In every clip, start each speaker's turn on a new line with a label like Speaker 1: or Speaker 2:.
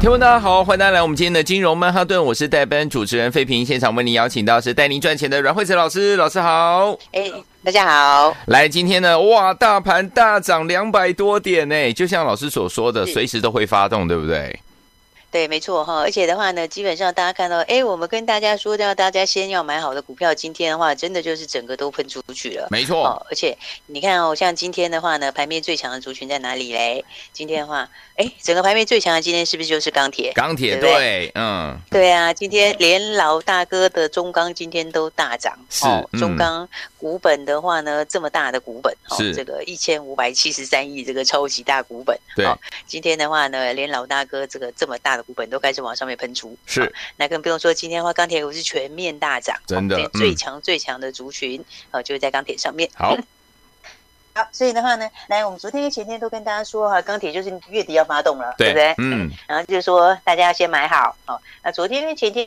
Speaker 1: 听众大家好，欢迎大家来我们今天的金融曼哈顿，我是代班主持人费平，现场为您邀请到是带您赚钱的阮慧慈老师，老师好。
Speaker 2: 哎，大家好，
Speaker 1: 来，今天呢，哇，大盘大涨两百多点呢，就像老师所说的，
Speaker 2: 是
Speaker 1: 随时都会发动，对不对？
Speaker 2: 对，没错哈，而且的话呢，基本上大家看到，哎，我们跟大家说要大家先要买好的股票，今天的话，真的就是整个都喷出去了。
Speaker 1: 没错，
Speaker 2: 哦，而且你看哦，像今天的话呢，排面最强的族群在哪里嘞？今天的话，哎，整个排面最强的今天是不是就是钢铁？
Speaker 1: 钢铁
Speaker 2: 对不
Speaker 1: 对，嗯，
Speaker 2: 对啊，今天连老大哥的中钢今天都大涨，哦
Speaker 1: 是嗯
Speaker 2: 中钢股本的话呢，这么大的股本，哦
Speaker 1: 是
Speaker 2: 这个一千五百七十三亿这个超级大股本，
Speaker 1: 对
Speaker 2: 今天的话呢，连老大哥这个这么大的股本都开始往上面喷出，
Speaker 1: 是
Speaker 2: 哦那更不用说今天的话，钢铁股是全面大涨，
Speaker 1: 真的
Speaker 2: 哦今天
Speaker 1: 嗯
Speaker 2: 最强最强的族群，呃，就是在钢铁上面。
Speaker 1: 好，
Speaker 2: 好，所以的话呢，来，我们昨天跟前天都跟大家说哈、钢铁就是月底要发动了，
Speaker 1: 对
Speaker 2: 不对？
Speaker 1: 嗯，
Speaker 2: 然后就是说大家要先买好哦。那昨天跟前天，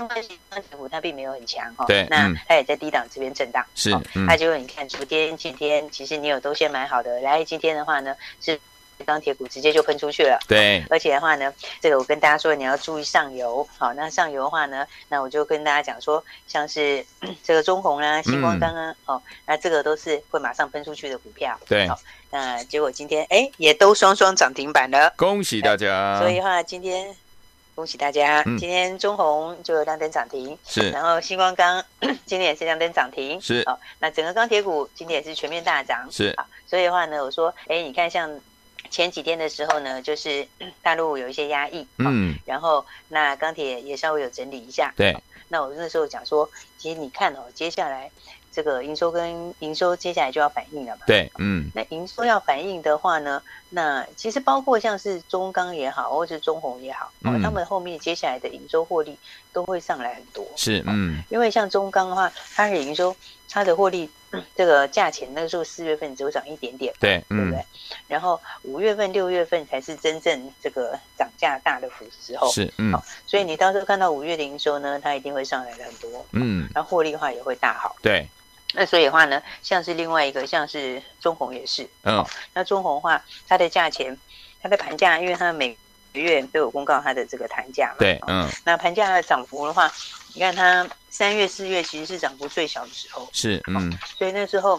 Speaker 2: 因为钢铁股它并没有很强哦，
Speaker 1: 对
Speaker 2: 那
Speaker 1: 嗯
Speaker 2: 它也在低档这边震荡，
Speaker 1: 是
Speaker 2: 哦
Speaker 1: 嗯
Speaker 2: 那结果你看昨天、前天，其实你有都先买好的，来今天的话呢，是钢铁股直接就喷出去了。
Speaker 1: 嗯对，
Speaker 2: 而且的话呢，这个我跟大家说，你要注意上游。好，那上游的话呢，那我就跟大家讲说，像是 这个中红啊、
Speaker 1: 嗯
Speaker 2: 星光钢啊，哦，那这个都是会马上喷出去的股票。
Speaker 1: 对嗯
Speaker 2: 好，那结果今天哎，也都双双涨停板了。
Speaker 1: 恭喜大家
Speaker 2: 所，以的话，今天恭喜大家，
Speaker 1: 啊嗯
Speaker 2: 今天中红就亮灯涨停，
Speaker 1: 是
Speaker 2: 然后星光钢 今天也是亮灯涨停，
Speaker 1: 是
Speaker 2: 哦。那整个钢铁股今天也是全面大涨，
Speaker 1: 是
Speaker 2: 好，所以的话呢，我说，哎，你看像前几天的时候呢，就是 大陆有一些压抑，哦
Speaker 1: 嗯，
Speaker 2: 然后那钢铁也稍微有整理一下，哦
Speaker 1: 对，
Speaker 2: 那我那时候讲说，其实你看哦，接下来这个营收跟营收接下来就要反应了嘛，
Speaker 1: 对，嗯，
Speaker 2: 那营收要反映的话呢，那其实包括像是中钢也好，或是中红也好，哦
Speaker 1: 嗯
Speaker 2: 他们后面接下来的营收获利都会上来很多。
Speaker 1: 是，嗯，
Speaker 2: 因为像中钢的话，它的营收、它的获利、嗯这个价钱，那个时候四月份只有涨一点点，
Speaker 1: 对，
Speaker 2: 对不
Speaker 1: 嗯
Speaker 2: 对，？然后五月份、六月份才是真正这个涨价大的幅时候，
Speaker 1: 是，嗯
Speaker 2: 好所以你到时候看到五月的营收呢，它一定会上来的很多，
Speaker 1: 嗯，
Speaker 2: 然后获利的话也会大好。
Speaker 1: 对，
Speaker 2: 那所以的话呢，像是另外一个，像是中红也是，
Speaker 1: 嗯，
Speaker 2: 那中红的话，它的价钱，它的盘价，因为它每个月都有公告它的这个谈价嘛。
Speaker 1: 对，
Speaker 2: 哦
Speaker 1: 嗯，
Speaker 2: 那盘价的涨幅的话，你看它三月、四月其实是涨幅最小的时候，
Speaker 1: 是，嗯，
Speaker 2: 所以那时候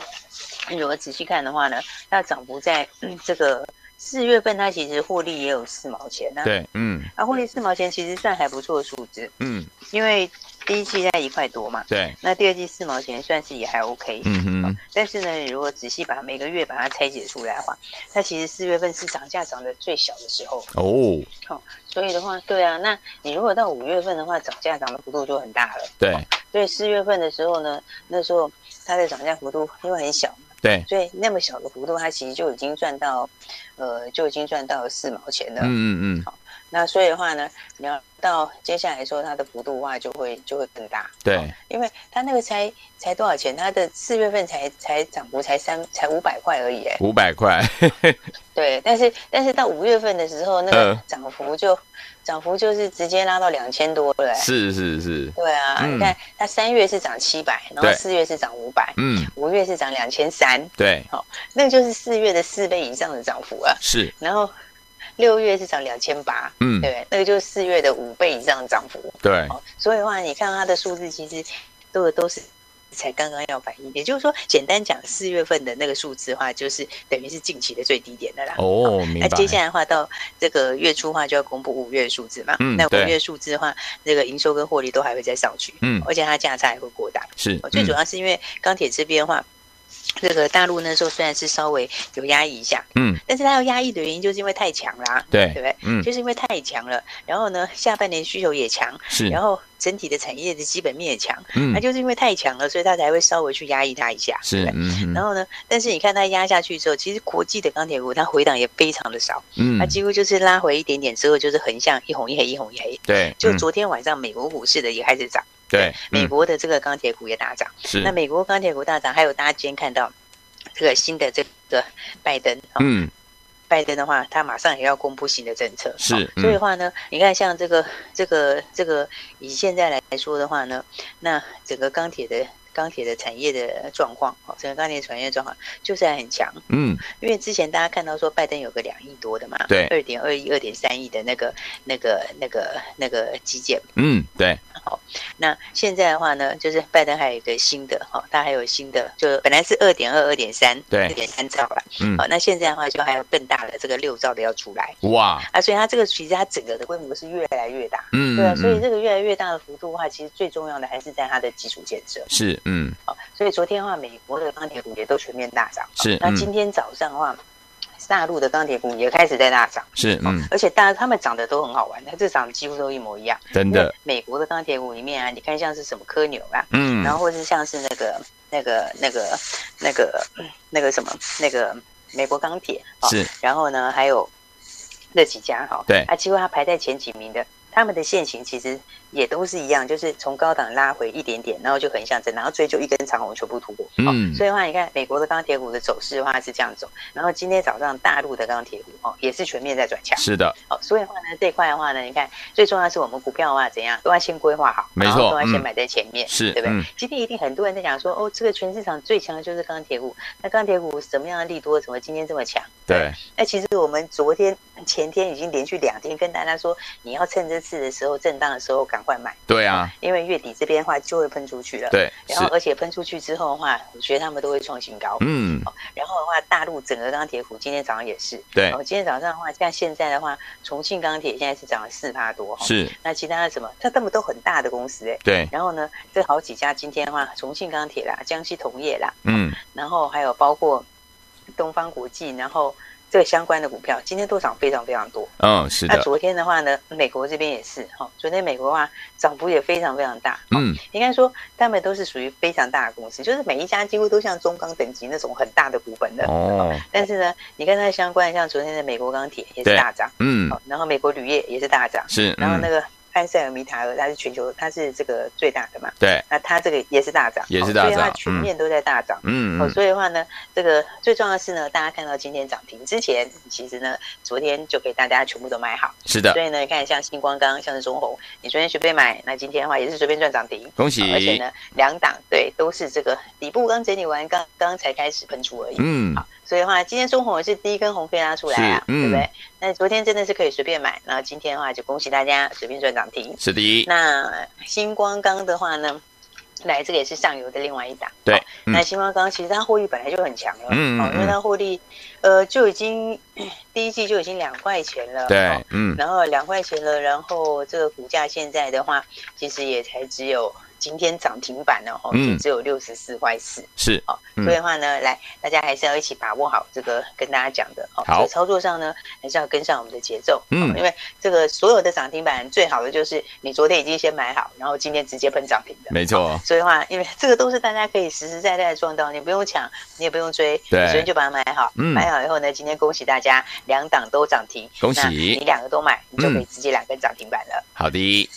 Speaker 2: 你如果仔细看的话呢，它的涨幅在、嗯这个四月份，它其实获利也有四毛钱呢、啊。。
Speaker 1: 对，嗯，
Speaker 2: 那、获利四毛钱其实算还不错的数字，
Speaker 1: 嗯，
Speaker 2: 因为第一季在一块多嘛，
Speaker 1: 对，
Speaker 2: 那第二季四毛钱算是也还 OK。
Speaker 1: 嗯哼，
Speaker 2: 但是呢，你如果仔细把每个月把它拆解出来的话，它其实四月份是涨价涨得最小的时候，
Speaker 1: 哦，
Speaker 2: 所以的话，对啊，那你如果到五月份的话，涨价涨的幅度就很大了。
Speaker 1: 对，
Speaker 2: 所以四月份的时候呢，那时候它的涨价幅度因为很小嘛，
Speaker 1: 对，
Speaker 2: 所以那么小的幅度，它其实就已经赚到，呃，就已经赚到四毛钱了。
Speaker 1: 嗯嗯嗯，
Speaker 2: 那所以的话呢，你要到接下来说它的幅度的话，就会就会更大。
Speaker 1: 对，
Speaker 2: 因为它那个才才多少钱？它的四月份才才涨幅才三才五百块而已，哎，
Speaker 1: 五百块，
Speaker 2: 对。但是但是到五月份的时候，那个
Speaker 1: 呃
Speaker 2: 涨幅就、涨幅就是直接拉到两千多了，哎，
Speaker 1: 是是是，
Speaker 2: 对啊。
Speaker 1: 嗯
Speaker 2: 你看它三月是涨七百，然后
Speaker 1: 对
Speaker 2: 四月是涨五百，
Speaker 1: 嗯，
Speaker 2: 五月是涨两千三，
Speaker 1: 对，
Speaker 2: 那就是四月的四倍以上的涨幅啊。
Speaker 1: 是，
Speaker 2: 然后六月是涨两千八，
Speaker 1: 嗯，
Speaker 2: 对不对，那个就是四月的五倍以上的涨幅。
Speaker 1: 对，
Speaker 2: 哦，所以的话，你看它的数字其实都都是才刚刚要反应，也就是说，简单讲，四月份的那个数字的话，就是等于是近期的最低点的啦。
Speaker 1: 哦，明
Speaker 2: 那
Speaker 1: 白，
Speaker 2: 接下来的话，到这个月初的话就要公布五月的数字嘛。
Speaker 1: 嗯
Speaker 2: 那
Speaker 1: 对
Speaker 2: 五月数字的话，这个营收跟获利都还会再上去，
Speaker 1: 嗯，
Speaker 2: 而且它价差也会扩大。
Speaker 1: 是
Speaker 2: 哦，最主要是因为钢铁这边的话，这个大陆那时候虽然是稍微有压抑一下，
Speaker 1: 嗯，
Speaker 2: 但是它要压抑的原因就是因为太强啦、
Speaker 1: 对
Speaker 2: 对不对？
Speaker 1: 嗯，
Speaker 2: 就是因为太强了，然后呢，下半年需求也强，
Speaker 1: 是，
Speaker 2: 然后整体的产业的基本面也强，那
Speaker 1: 嗯，
Speaker 2: 就是因为太强了，所以它才会稍微去压抑它一下，对
Speaker 1: 是
Speaker 2: 不，对
Speaker 1: 嗯，
Speaker 2: 然
Speaker 1: 后，
Speaker 2: 后呢，但是你看它压下去之后，其实国际的钢铁股它回档也非常的少，
Speaker 1: 嗯
Speaker 2: 它，几乎就是拉回一点点之后就是横向一红一黑一红一黑。
Speaker 1: 对，
Speaker 2: 就
Speaker 1: 嗯
Speaker 2: 昨天晚上美国股市的也开始涨，
Speaker 1: 对，
Speaker 2: 美
Speaker 1: 嗯
Speaker 2: 国的这个钢铁股也大涨。
Speaker 1: 是，
Speaker 2: 那美国钢铁股大涨，还有大家今天看到这个新的这个拜登，哦
Speaker 1: 嗯，
Speaker 2: 拜登的话，他马上也要公布新的政策，
Speaker 1: 是
Speaker 2: 哦
Speaker 1: 嗯
Speaker 2: 所以的话呢，你看像这个这个这个以现在来说的话呢，那整个钢铁的。钢铁的产业的状况，哦，整个钢铁产业的状况就是还很强，
Speaker 1: 嗯，
Speaker 2: 因为之前大家看到说拜登有个两亿多的嘛，
Speaker 1: 对
Speaker 2: 二点二亿、二点三亿的那个、那个、那个、那个基建，
Speaker 1: 嗯，对，
Speaker 2: 那现在的话呢，就是拜登还有一个新的哈、哦，他还有新的，就本来是二点二、二点三，
Speaker 1: 对
Speaker 2: 二点三兆了，
Speaker 1: 嗯
Speaker 2: 好、那现在的话就还有更大的这个六兆的要出来
Speaker 1: 哇，
Speaker 2: 啊，所以它这个其实它整个的规模是越来越大，
Speaker 1: 嗯，
Speaker 2: 对啊，
Speaker 1: 嗯
Speaker 2: 所以
Speaker 1: 嗯
Speaker 2: 这个越来越大的幅度的话，其实最重要的还是在它的基础建设。
Speaker 1: 是，嗯，
Speaker 2: 所以昨天的话，美国的钢铁股也都全面大涨，
Speaker 1: 是
Speaker 2: 那
Speaker 1: 嗯
Speaker 2: 今天早上的话，大陆的钢铁股也开始在大涨。
Speaker 1: 是，
Speaker 2: 哦
Speaker 1: 嗯，
Speaker 2: 而且大他们涨得都很好玩，它这涨几乎都一模一样。
Speaker 1: 真的，，
Speaker 2: 美国的钢铁股里面啊，你看像是什么科牛啊，
Speaker 1: 嗯，
Speaker 2: 然后或是像是那个那个那个那个嗯那个什么那个美国钢铁，哦、
Speaker 1: 是，
Speaker 2: 然后呢还有那几家哈、
Speaker 1: 对
Speaker 2: 啊，几乎它排在前几名的，他们的现行其实也都是一样，就是从高档拉回一点点，然后就横向整，然后追就一根长红全部突破，哦
Speaker 1: 嗯
Speaker 2: 所以的话你看美国的钢铁股的走势的话是这样走，然后今天早上大陆的钢铁股哦也是全面在转强，
Speaker 1: 是的，
Speaker 2: 哦，所以的话呢，这一块的话呢，你看最重要是我们股票的话怎样都要先规划好，
Speaker 1: 没错
Speaker 2: 然后都要
Speaker 1: 嗯
Speaker 2: 先买在前面，
Speaker 1: 是
Speaker 2: 对不对？
Speaker 1: 嗯
Speaker 2: 今天一定很多人在讲说，哦，这个全市场最强的就是钢铁股，那钢铁股怎么样的利多，怎么今天这么强？
Speaker 1: 对，
Speaker 2: 那其实我们昨天、前天已经连续两天跟大家说，你要趁这次的时候震荡的时候赶快买，哦
Speaker 1: 对啊，
Speaker 2: 因为月底这边的话就会喷出去了，。
Speaker 1: 对，
Speaker 2: 然后
Speaker 1: 是，
Speaker 2: 而且喷出去之后的话，我觉得他们都会创新高。
Speaker 1: 嗯，
Speaker 2: 然后的话，大陆整个钢铁股今天早上也是，
Speaker 1: 对
Speaker 2: 哦，，今天早上的话，像现在的话，重庆钢铁现在是涨了四趴多、哦，。
Speaker 1: 是，
Speaker 2: 那其他的什么，它根本都很大的公司哎、
Speaker 1: 对，
Speaker 2: 然后呢，这好几家今天的话，重庆钢铁啦、江西铜业啦，
Speaker 1: 嗯，
Speaker 2: 然后还有包括东方国际，然后这相关的股票，今天都涨非常非常多。
Speaker 1: 嗯，是
Speaker 2: 那
Speaker 1: 的，
Speaker 2: 昨天的话呢，美国这边也是哈、哦，昨天美国的话涨幅也非常非常大。哦
Speaker 1: 嗯，
Speaker 2: 应该说他们都是属于非常大的公司，就是每一家几乎都像中钢等级那种很大的股本的。
Speaker 1: 哦，
Speaker 2: 但是呢，你跟它相关，像昨天的美国钢铁也
Speaker 1: 对
Speaker 2: 是大涨，
Speaker 1: 嗯，
Speaker 2: 哦，然后美国铝业也是大涨，
Speaker 1: 是，
Speaker 2: 然后
Speaker 1: 嗯
Speaker 2: 那个安塞尔米塔尔它是全球它是这个最大的嘛，
Speaker 1: 对，
Speaker 2: 那它这个也是大涨，
Speaker 1: 也是
Speaker 2: 哦
Speaker 1: 大
Speaker 2: 所以它
Speaker 1: 涨
Speaker 2: 全
Speaker 1: 嗯
Speaker 2: 面都在大涨。
Speaker 1: 嗯，
Speaker 2: 哦，
Speaker 1: 嗯
Speaker 2: 所以的话呢，这个最重要的是呢，大家看到今天涨停之前，其实呢，昨天就给大家全部都买好。
Speaker 1: 是的
Speaker 2: 所，以呢，你看像星光钢、像是中红，你昨天随便买，那今天的话也是随便赚涨停。
Speaker 1: 恭喜
Speaker 2: 哦，而且呢，两档对都是这个底部刚整理完，刚刚才开始喷出而已。
Speaker 1: 嗯，
Speaker 2: 所以的话，今天中红也是第一根红 K 拉出来啊
Speaker 1: 是，嗯
Speaker 2: 对不对？那昨天真的是可以随便买，那今天的话就恭喜大家随便赚涨停。
Speaker 1: 是的，
Speaker 2: 那星光钢的话呢，来这个也是上游的另外一档。
Speaker 1: 对
Speaker 2: 哦
Speaker 1: 嗯
Speaker 2: 那星光钢其实它获利本来就很强了，
Speaker 1: 嗯嗯
Speaker 2: 哦，因为
Speaker 1: 嗯
Speaker 2: 它获利呃就已经 第一季就已经两块钱了，哦
Speaker 1: 对，嗯，
Speaker 2: 然后两块钱了，然后这个股价现在的话，其实也才只有今天涨停板了哦，
Speaker 1: 嗯
Speaker 2: 就只有六十四块四。
Speaker 1: 是，
Speaker 2: 哦，
Speaker 1: 嗯
Speaker 2: 所以的话呢，来大家还是要一起把握好这个跟大家讲的哦。
Speaker 1: 好
Speaker 2: 这个操作上呢，还是要跟上我们的节奏。
Speaker 1: 嗯
Speaker 2: 哦因为这个所有的涨停板最好的就是你昨天已经先买好，然后今天直接喷涨停的。
Speaker 1: 没错，
Speaker 2: 所以的话，因为这个都是大家可以实实在在的撞到，你不用抢，你也不用追，
Speaker 1: 对
Speaker 2: 你昨天就把它买好。
Speaker 1: 嗯
Speaker 2: 买好以后呢，今天恭喜大家两档都涨停，
Speaker 1: 恭喜
Speaker 2: 那你两个都买，你就可以直接两根涨停板了。
Speaker 1: 好的，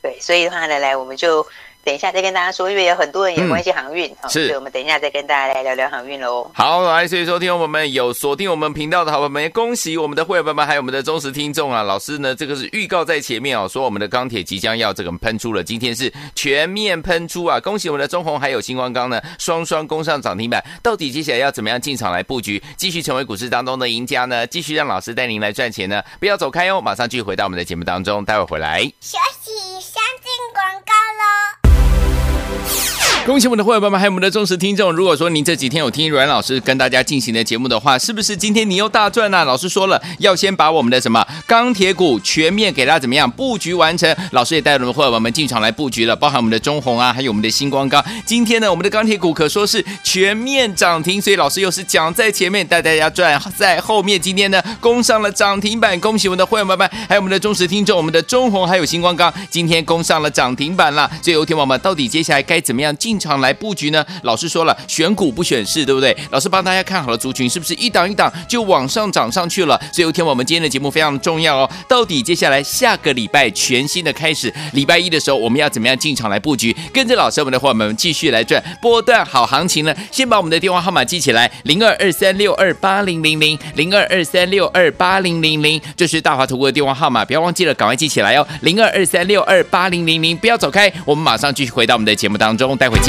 Speaker 2: 对，所以的话呢，来我们就等一下再跟大家说，因为有很多人也
Speaker 1: 嗯
Speaker 2: 关心航运，哦
Speaker 1: 是
Speaker 2: 所以我们等一下再跟大家来聊聊航运喽。
Speaker 1: 好，来，所以说，听众朋友们有锁定我们频道的好朋友们，也恭喜我们的会员朋友们，还有我们的忠实听众啊！老师呢，这个是预告在前面哦，说我们的钢铁即将要这个喷出了，今天是全面喷出啊！恭喜我们的中红还有星光钢呢，双双攻上涨停板。到底接下来要怎么样进场来布局，继续成为股市当中的赢家呢？继续让老师带您来赚钱呢？不要走开哦，马上继续回到我们的节目当中，待会儿回来。
Speaker 3: 学习先进广告喽。
Speaker 1: 恭喜我们的会员朋友们，还有我们的忠实听众。如果说您这几天有听阮老师跟大家进行的节目的话，是不是今天你又大赚了、老师说了，要先把我们的什么钢铁股全面给大家怎么样布局完成？老师也带我们会员朋友们进场来布局了，包含我们的中红啊，还有我们的星光钢。今天呢，我们的钢铁股可说是全面涨停，所以老师又是讲在前面带大家赚在后面。今天呢，攻上了涨停板，恭喜我们的会员朋友们，还有我们的忠实听众，我们的中红还有星光钢，今天攻上了涨停板啦。所以有天我们到底接下来该怎么样进场来布局呢？老师说了，选股不选市，对不对？老师帮大家看好了族群，是不是一档一档就往上涨上去了？所以有天我们今天的节目非常重要哦。到底接下来下个礼拜全新的开始，礼拜一的时候我们要怎么样进场来布局？跟着老师我们的伙伴们继续来赚波段好行情呢？先把我们的电话号码记起来：零二二三六二八零零零零二二三六二八零零零，这是大华投顾的电话号码，不要忘记了，赶快记起来哦，零二二三六二八零零零，不要走开，我们马上继续回到我们的节目当中，待会见。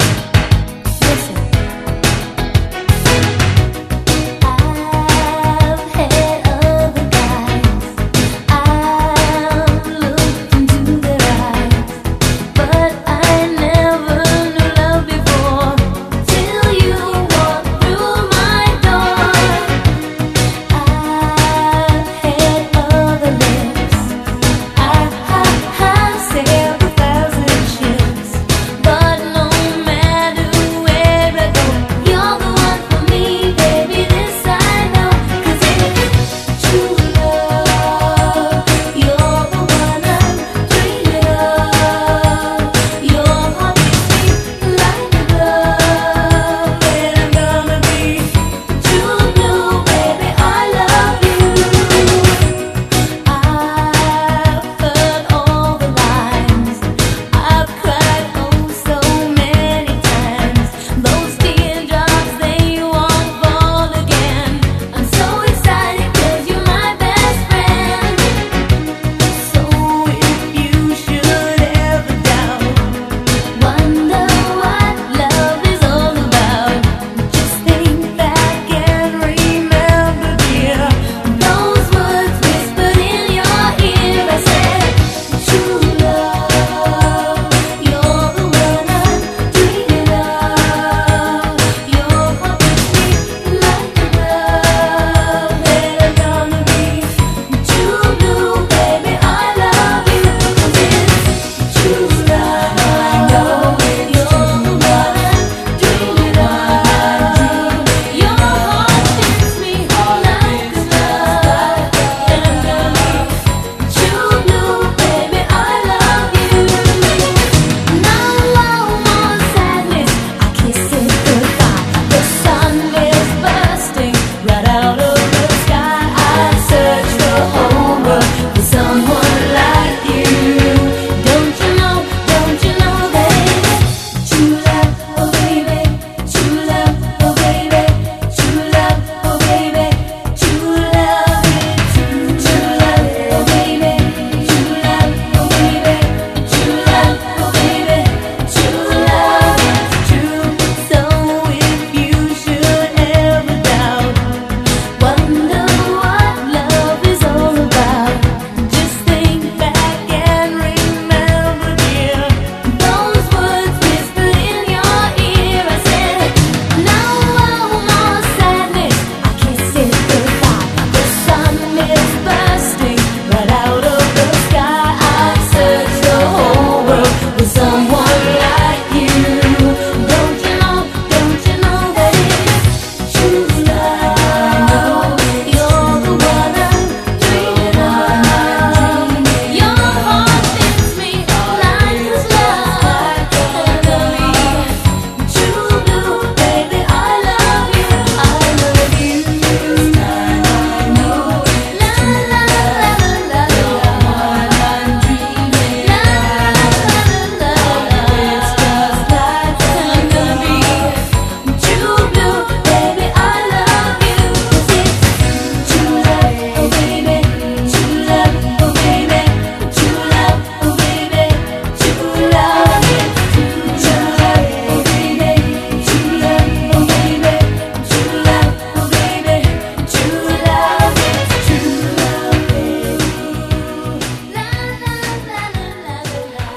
Speaker 4: Listen. I've had other guys. I've looked into their eyes, but I never knew love before till you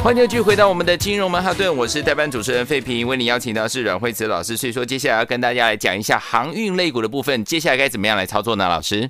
Speaker 1: 欢迎继续回到我们的金融曼哈顿，我是代班主持人费平，为你邀请到是阮慧慈老师。所以说，接下来要跟大家来讲一下航运类股的部分，接下来该怎么样来操作呢？老师，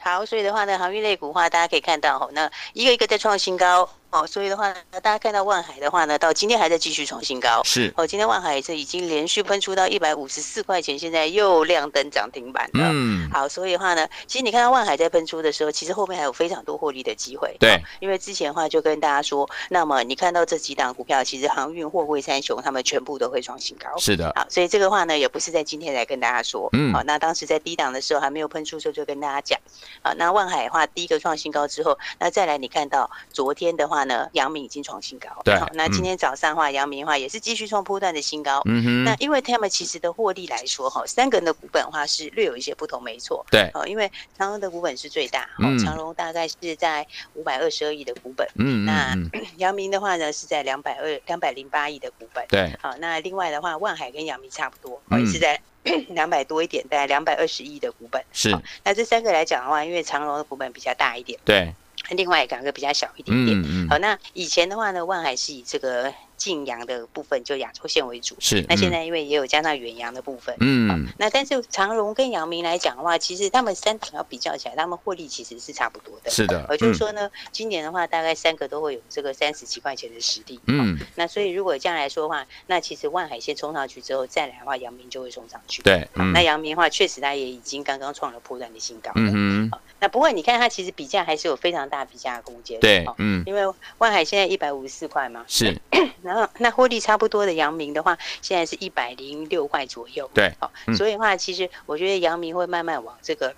Speaker 2: 好，所以的话呢，航运类股的话，大家可以看到哦，那一个一个在创新高哦，所以的话呢，大家看到万海的话呢，到今天还在继续创新高。
Speaker 1: 是，
Speaker 2: 哦，今天万海这已经连续喷出到一百五十四块钱，现在又亮灯涨停板了。
Speaker 1: 嗯，
Speaker 2: 好，所以的话呢，其实你看到万海在喷出的时候，其实后面还有非常多获利的机会。
Speaker 1: 对，
Speaker 2: 因为之前的话就跟大家说，那么你看到这几档股票，其实航运、货柜三雄，他们全部都会创新高。
Speaker 1: 是的，
Speaker 2: 啊好，所以这个话呢，也不是在今天来跟大家说。啊
Speaker 1: 嗯
Speaker 2: 好，那当时在低档的时候还没有喷出的时候，就跟大家讲。啊，那万海的话，第一个创新高之后，那再来你看到昨天的话呢，阳明已经创新高。
Speaker 1: 对
Speaker 2: 好那今天早上的话，阳明的话也是继续创波段的新高。
Speaker 1: 嗯
Speaker 2: 那
Speaker 1: 哼，
Speaker 2: 因为他们其实的获利来说，哈，三个人的股本的话是略有一些不同，没错。
Speaker 1: 对，
Speaker 2: 哦，因为长荣的股本是最大，哦
Speaker 1: 嗯，
Speaker 2: 长荣大概是在五百二十二亿的股本，
Speaker 1: 嗯
Speaker 2: 那
Speaker 1: 嗯嗯，
Speaker 2: 阳明的话呢是在两百二两百零八亿的股本。
Speaker 1: 对，
Speaker 2: 好，那另外的话，万海跟阳明差不多，哦
Speaker 1: 嗯
Speaker 2: 也是在 两百多一点，大概两百二十亿的股本。
Speaker 1: 是，
Speaker 2: 那这三个来讲的话，因为长荣的股本比较大一点，
Speaker 1: 对，
Speaker 2: 另外两个比较小一点点。
Speaker 1: 嗯嗯，
Speaker 2: 好，那以前的话呢，万海是以这个晋阳的部分，就亚洲线为主。
Speaker 1: 是，
Speaker 2: 那现
Speaker 1: 嗯，
Speaker 2: 在因为也有加上远洋的部分，
Speaker 1: 嗯，
Speaker 2: 那但是长荣跟阳明来讲的话，其实他们三档要比较起来，他们获利其实是差不多的。
Speaker 1: 是的，嗯
Speaker 2: 也就是说呢，今年的话，大概三个都会有这个三十几块钱的实力。
Speaker 1: 嗯，嗯，
Speaker 2: 那所以如果这样来说的话，那其实万海先冲上去之后，再来的话，阳明就会冲上去。，
Speaker 1: 对，嗯
Speaker 2: 那，阳明的话，确实它也已经刚刚创了破断的新高了。
Speaker 1: 嗯哼，
Speaker 2: 那不过你看它其实比价还是有非常大比价的空间。
Speaker 1: 对
Speaker 2: 哦，
Speaker 1: 嗯，
Speaker 2: 因为万海现在一百五十四块嘛，
Speaker 1: 是，
Speaker 2: 然后那获利差不多的阳明的话，现在是一百零六块左右。
Speaker 1: 对，
Speaker 2: 好、
Speaker 1: 嗯
Speaker 2: 所以的话，其实我觉得阳明会慢慢往这个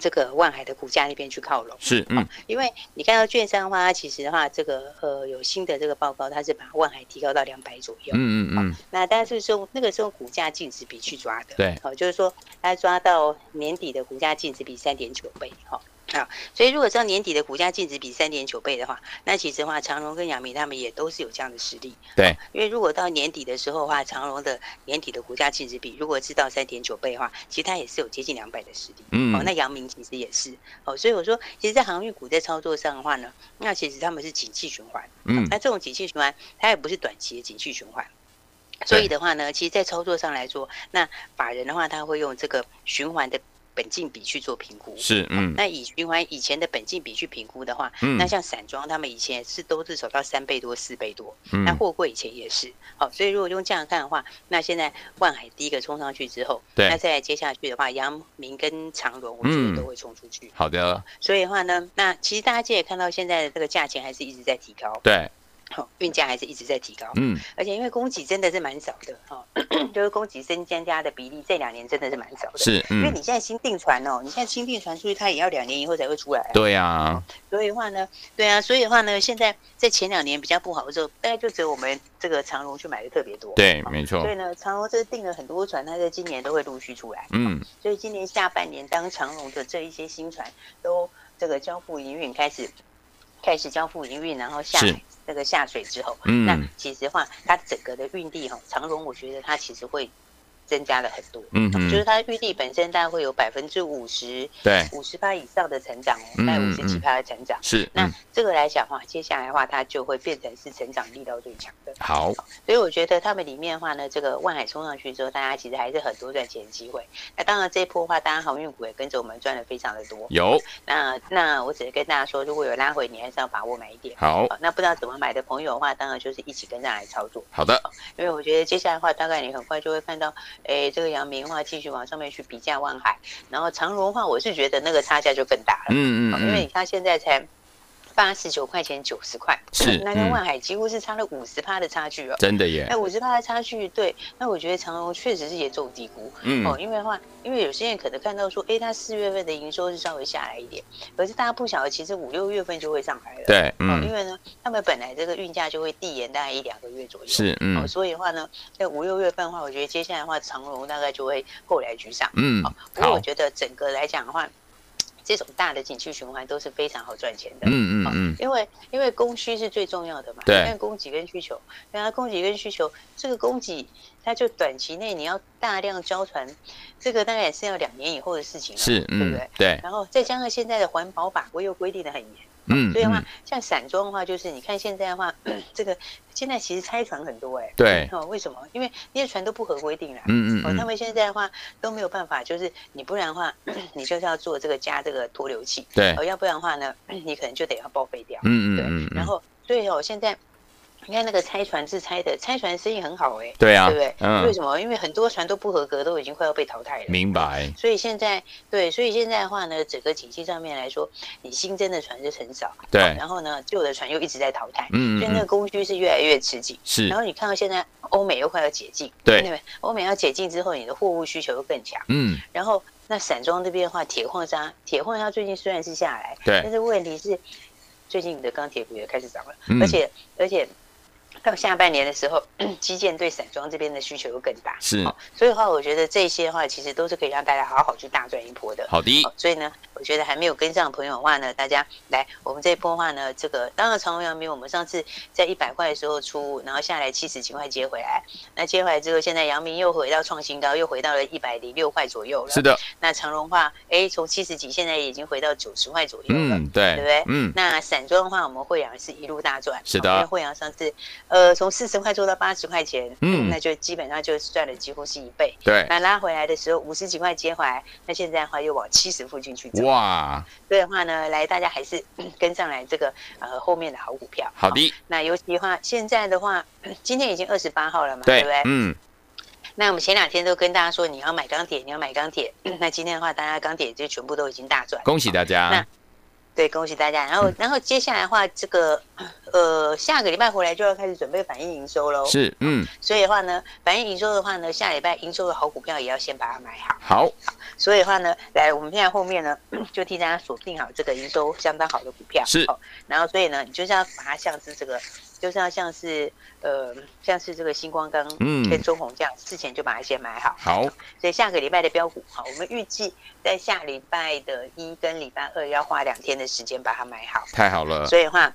Speaker 2: 这个万海的股价那边去靠拢，
Speaker 1: 是，嗯，
Speaker 2: 因为你看到券商的话，它其实的话，这个呃有新的这个报告，它是把万海提高到两百左右。
Speaker 1: 嗯嗯嗯，
Speaker 2: 那但是说那个时候股价净值比去抓的，
Speaker 1: 对
Speaker 2: 好、就是说它抓到年底的股价净值比三点九倍，好、好，所以如果知道年底的股价净值比三点九倍的话，那其实的话，长荣跟阳明他们也都是有这样的实力。
Speaker 1: 对，
Speaker 2: 因为如果到年底的时候的话，长荣的年底的股价净值比如果是到三点九倍的话，其实它也是有接近两百的实力。
Speaker 1: 嗯
Speaker 2: 哦，那阳明其实也是哦，所以我说，其实，在航运股在操作上的话呢，那其实他们是景气循环。
Speaker 1: 嗯，
Speaker 2: 那这种景气循环，它也不是短期的景气循环。所以的话呢，其实，在操作上来说，那法人的话，他会用这个循环的本净比去做评估。
Speaker 1: 是，嗯
Speaker 2: 那以循环以前的本净比去评估的话，
Speaker 1: 嗯
Speaker 2: 那像散装他们以前是都是走到三倍多、四倍多，那
Speaker 1: 嗯，
Speaker 2: 货柜以前也是。好、所以如果用这样看的话，那现在万海第一个冲上去之后，
Speaker 1: 对
Speaker 2: 那再来接下去的话，阳明跟长荣，我觉
Speaker 1: 嗯
Speaker 2: 得都会冲出去。
Speaker 1: 好的，
Speaker 2: 所以的话呢，那其实大家也看到现在的这个价钱还是一直在提高。
Speaker 1: 对，
Speaker 2: 好，运价还是一直在提高，
Speaker 1: 嗯，
Speaker 2: 而且因为供给真的是蛮少的哈、哦， 就是供给增增加的比例这两年真的是蛮少的。，
Speaker 1: 是，
Speaker 2: 因为
Speaker 1: 嗯，
Speaker 2: 你现在新订船哦，你现在新订船出去，它也要两年以后才会出来啊、
Speaker 1: 对呀，
Speaker 2: 所以的话呢，对啊，所以的话呢，现在在前两年比较不好的时候，大概就只有我们这个长荣去买的特别多。
Speaker 1: 对，
Speaker 2: 哦
Speaker 1: 没错
Speaker 2: 所以，呢，长荣这订了很多船，它在今年都会陆续出来。
Speaker 1: 嗯，
Speaker 2: 所以今年下半年，当长荣的这一些新船都这个交付营运开始，开始交付营运，然后下
Speaker 1: 是
Speaker 2: 这个下水之后，
Speaker 1: 嗯
Speaker 2: 那其实的话，它整个的运力哈，长荣我觉得它其实会增加了很多，
Speaker 1: 嗯哼
Speaker 2: 就是它的运力本身大概会有百分之五十，
Speaker 1: 对，
Speaker 2: 五十趴以上的成长哦，
Speaker 1: 嗯
Speaker 2: 大概五十七
Speaker 1: 嗯
Speaker 2: 趴的成长。
Speaker 1: 是，
Speaker 2: 那
Speaker 1: 嗯，
Speaker 2: 这个来讲的话，接下来的话，它就会变成是成长力道最强的。
Speaker 1: 好，
Speaker 2: 所以我觉得他们里面的话呢，这个万海冲上去之后，大家其实还是很多赚钱的机会。那当然这一波的话，当然航运股也跟着我们赚的非常的多。
Speaker 1: 有，
Speaker 2: 那那我只是跟大家说，如果有拉回，你还是要把握买一点。
Speaker 1: 好，
Speaker 2: 好那不知道怎么买的朋友的话，当然就是一起跟上来操作，
Speaker 1: 好的，
Speaker 2: 因为我觉得接下来的话，大概你很快就会看到，诶，这个阳明的话继续往上面去比价万海，然后长荣的话，我是觉得那个差价就更大了，
Speaker 1: 嗯嗯
Speaker 2: 因为
Speaker 1: 嗯
Speaker 2: 你，看现在才八十九块钱九十块，
Speaker 1: 是
Speaker 2: 那跟
Speaker 1: 嗯
Speaker 2: 万海几乎是差了五十趴的差距哦。
Speaker 1: 真的耶
Speaker 2: 哎，，五十趴的差距，对，那我觉得长荣确实是严重低估、
Speaker 1: 嗯，
Speaker 2: 哦，因为的话，因为有些人可能看到说，哎，它四月份的营收是稍微下来一点，可是大家不晓得，其实五六月份就会上来了。，
Speaker 1: 对，
Speaker 2: 哦，因
Speaker 1: 嗯，
Speaker 2: 为呢，他们本来这个运价就会递延大概一两个月左右，、
Speaker 1: 是，
Speaker 2: 哦，
Speaker 1: 嗯
Speaker 2: 所以的话呢，在五六月份的话，我觉得接下来的话，长荣大概就会后来居上。
Speaker 1: 嗯，
Speaker 2: 不过
Speaker 1: 好
Speaker 2: 哦我，觉得整个来讲的话，这种大的景气循环都是非常好赚钱的。啊
Speaker 1: 嗯嗯嗯，
Speaker 2: 因为因为供需是最重要的嘛，
Speaker 1: 对
Speaker 2: 看供给跟需求，对啊，供给跟需求，这个供给它就短期内你要大量交船，这个大概也是要两年以后的事情了，
Speaker 1: 是，
Speaker 2: 对不
Speaker 1: 嗯
Speaker 2: 对？，
Speaker 1: 对，
Speaker 2: 然后再加上现在的环保法规又规定的很严，
Speaker 1: 嗯
Speaker 2: 所以的话
Speaker 1: 嗯，
Speaker 2: 像散装的话，就是你看现在的话， 这个现在其实拆船很多哎、
Speaker 1: 对，
Speaker 2: 哦，为什么？因为那些船都不合规定啦。
Speaker 1: 嗯
Speaker 2: 哦，他
Speaker 1: 嗯嗯，
Speaker 2: 们现在的话都没有办法，就是你不然的话， 你就是要做这个加这个脱硫器，
Speaker 1: 对，
Speaker 2: 哦，要不然的话呢， 你可能就得要报废掉。
Speaker 1: 嗯嗯
Speaker 2: 对
Speaker 1: 嗯，
Speaker 2: 然
Speaker 1: 嗯，
Speaker 2: 后对哦，现在你看那个拆船是拆的，拆船生意很好哎、
Speaker 1: 对啊
Speaker 2: 对不对，？为
Speaker 1: 嗯，
Speaker 2: 什么？因为很多船都不合格，都已经快要被淘汰了。
Speaker 1: 明白，
Speaker 2: 所以现在对，所以现在的话呢，整个体系上面来说，你新增的船是很少，
Speaker 1: 对，
Speaker 2: 然后呢，旧的船又一直在淘汰，
Speaker 1: 嗯嗯
Speaker 2: 所以那个
Speaker 1: 嗯，
Speaker 2: 供需是越来越吃紧。
Speaker 1: 是
Speaker 2: 然，后你看到现在欧美又快要解禁，
Speaker 1: 对
Speaker 2: 不对，欧美要解禁之后，你的货物需求又更强。
Speaker 1: 嗯，
Speaker 2: 然后那散装这边的话，铁矿砂，铁矿砂最近虽然是下来，但
Speaker 1: 对，
Speaker 2: 是问题是最近你的钢铁股也开始涨了，
Speaker 1: 嗯
Speaker 2: 而且而且到下半年的时候， 基建对散装这边的需求又更大，
Speaker 1: 是
Speaker 2: 哦所以的话，我觉得这些的话其实都是可以让大家好好去大赚一波的。
Speaker 1: 好的
Speaker 2: 哦，所以呢，我觉得还没有跟上的朋友的话呢，大家来我们这一波的话呢，这个当然长虹阳明，我们上次在一百块的时候出，然后下来七十几块接回来，那接回来之后，现在阳明又回到创新高，又回到了一百零六块左右了。
Speaker 1: 是。的，
Speaker 2: 那长荣的话，哎，从七十几现在已经回到九十块左右了。
Speaker 1: 嗯，对，
Speaker 2: 对不对
Speaker 1: 嗯，
Speaker 2: 那散装的话，我们惠阳是一路大赚，啊
Speaker 1: 是的
Speaker 2: 因为惠阳上次，呃，从四十块做到八十块钱，
Speaker 1: 嗯
Speaker 2: 那就基本上就赚了几乎是一倍。
Speaker 1: 对，
Speaker 2: 那拉回来的时候五十几块接回来，那现在的话又往七十附近去走。
Speaker 1: 哇，
Speaker 2: 所以的话呢，来大家还是嗯跟上来这个呃后面的好股票。
Speaker 1: 好
Speaker 2: 哦。
Speaker 1: 的，
Speaker 2: 那尤其的话，现在的话，嗯今天已经二十八号了嘛，
Speaker 1: 对
Speaker 2: 不对？，
Speaker 1: 嗯，
Speaker 2: 那我们前两天都跟大家说你要买钢铁，你要买钢铁。嗯那今天的话，大家钢铁就全部都已经大赚。
Speaker 1: 嗯恭喜嗯大家
Speaker 2: 那，对，恭喜大家。然后，然后接下来的话，这个呃下个礼拜回来就要开始准备反映营收喽。。
Speaker 1: 是，嗯，
Speaker 2: 所以的话呢，反映营收的话呢，下礼拜营收的好股票也要先把它买好。
Speaker 1: 好，
Speaker 2: 所以的话呢，来，我们现在后面呢， 就替大家锁定好这个营收相当好的股票。
Speaker 1: 是
Speaker 2: 哦。然后，所以呢，你就是要把它像是这个，就是要像是呃，像是这个星光钢
Speaker 1: 嗯
Speaker 2: 跟中红这样，之前就把它先买好。
Speaker 1: 好，
Speaker 2: 所以下个礼拜的标股，好，我们预计在下礼拜的一跟礼拜二要花两天的时间把它买好。
Speaker 1: 太好了，
Speaker 2: 所以的话，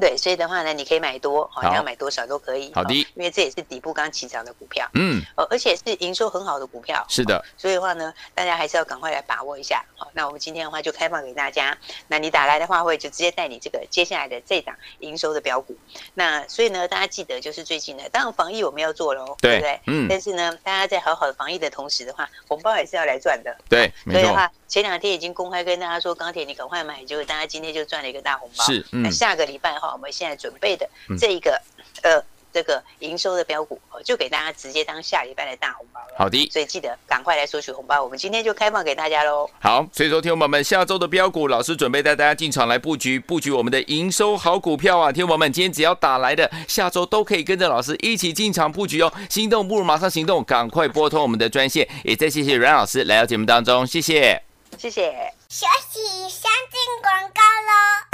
Speaker 2: 对，所以的话呢，你可以买多，哦，
Speaker 1: 啊好
Speaker 2: 你要买多少都可以。
Speaker 1: 好的
Speaker 2: 哦因为这也是底部刚起涨的股票，
Speaker 1: 嗯，
Speaker 2: 哦，而且是营收很好的股票。
Speaker 1: 是的，
Speaker 2: 所以的话呢，大家还是要赶快来把握一下。好，那我们今天的话就开放给大家。那你打来的话，会就直接带你这个接下来的这档营收的标股。那所以呢，大家记得就是最近的，当然防疫我们要做喽，对
Speaker 1: 对
Speaker 2: 不对？，
Speaker 1: 嗯，
Speaker 2: 但是呢，大家在好好的防疫的同时的话，红包也是要来赚的。
Speaker 1: 对，
Speaker 2: 所
Speaker 1: 没
Speaker 2: 以的
Speaker 1: 错，
Speaker 2: 话，前两天已经公开跟大家说钢铁你赶快买，结果大家今天就赚了一个大红包。
Speaker 1: 是，
Speaker 2: 那
Speaker 1: 嗯，
Speaker 2: 下个礼拜的话，我们现在准备的
Speaker 1: 嗯
Speaker 2: 这一个、呃这个营收的标股，哦就给大家直接当下礼拜的大红包了。
Speaker 1: 好的。
Speaker 2: 所以记得赶快来索取红包，我们今天就开放给大家喽。
Speaker 1: 好，所以说，听众朋友们，下周的标股，老师准备带大家进场来布局，布局我们的营收好股票啊！听众朋友们，今天只要打来的，下周都可以跟着老师一起进场布局哦。心动不如马上行动，赶快拨通我们的专线。也再谢谢阮老师来到节目当中，谢谢。
Speaker 2: 谢谢。
Speaker 5: 学习先进广告喽。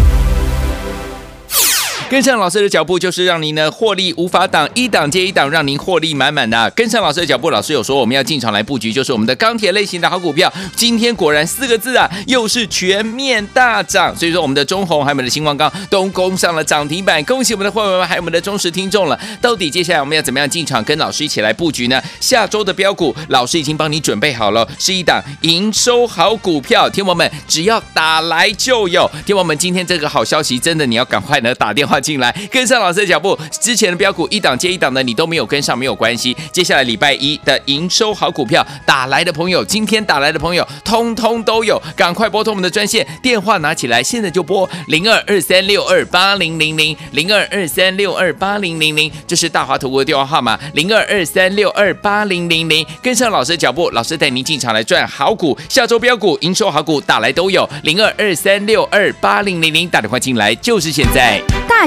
Speaker 1: 跟上老师的脚步，就是让您呢获利无法挡，一档接一档，让您获利满满的啊、跟上老师的脚步，老师有说我们要进场来布局，就是我们的钢铁类型的好股票。今天果然四个字啊，又是全面大涨。所以说我们的中红还有我们的星光钢都攻上了涨停板，恭喜我们的会员们，还有我们的忠实听众了。到底接下来我们要怎么样进场跟老师一起来布局呢？下周的标股，老师已经帮你准备好了，是一档营收好股票，天王们只要打来就有。天王们，今天这个好消息，真的你要赶快呢打电话进来，跟上老师的脚步。之前的标股一档接一档的，你都没有跟上，没有关系。接下来礼拜一的营收好股票打来的朋友，今天打来的朋友，通通都有，赶快拨通我们的专线，电话拿起来，现在就拨零二二三六二八零零零零二二三六二八零零零，这是大华投顾的电话号码零二二三六二八零零零，跟上老师的脚步，老师带您进场来赚好股，下周标股、营收好股打来都有，零二二三六二八零零零打电话进来就是现在。
Speaker 3: 大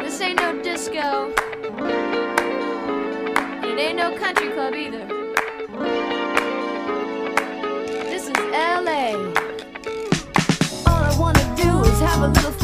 Speaker 6: This ain't no disco. And it ain't no country club either. This is LA. All I wanna do is have a little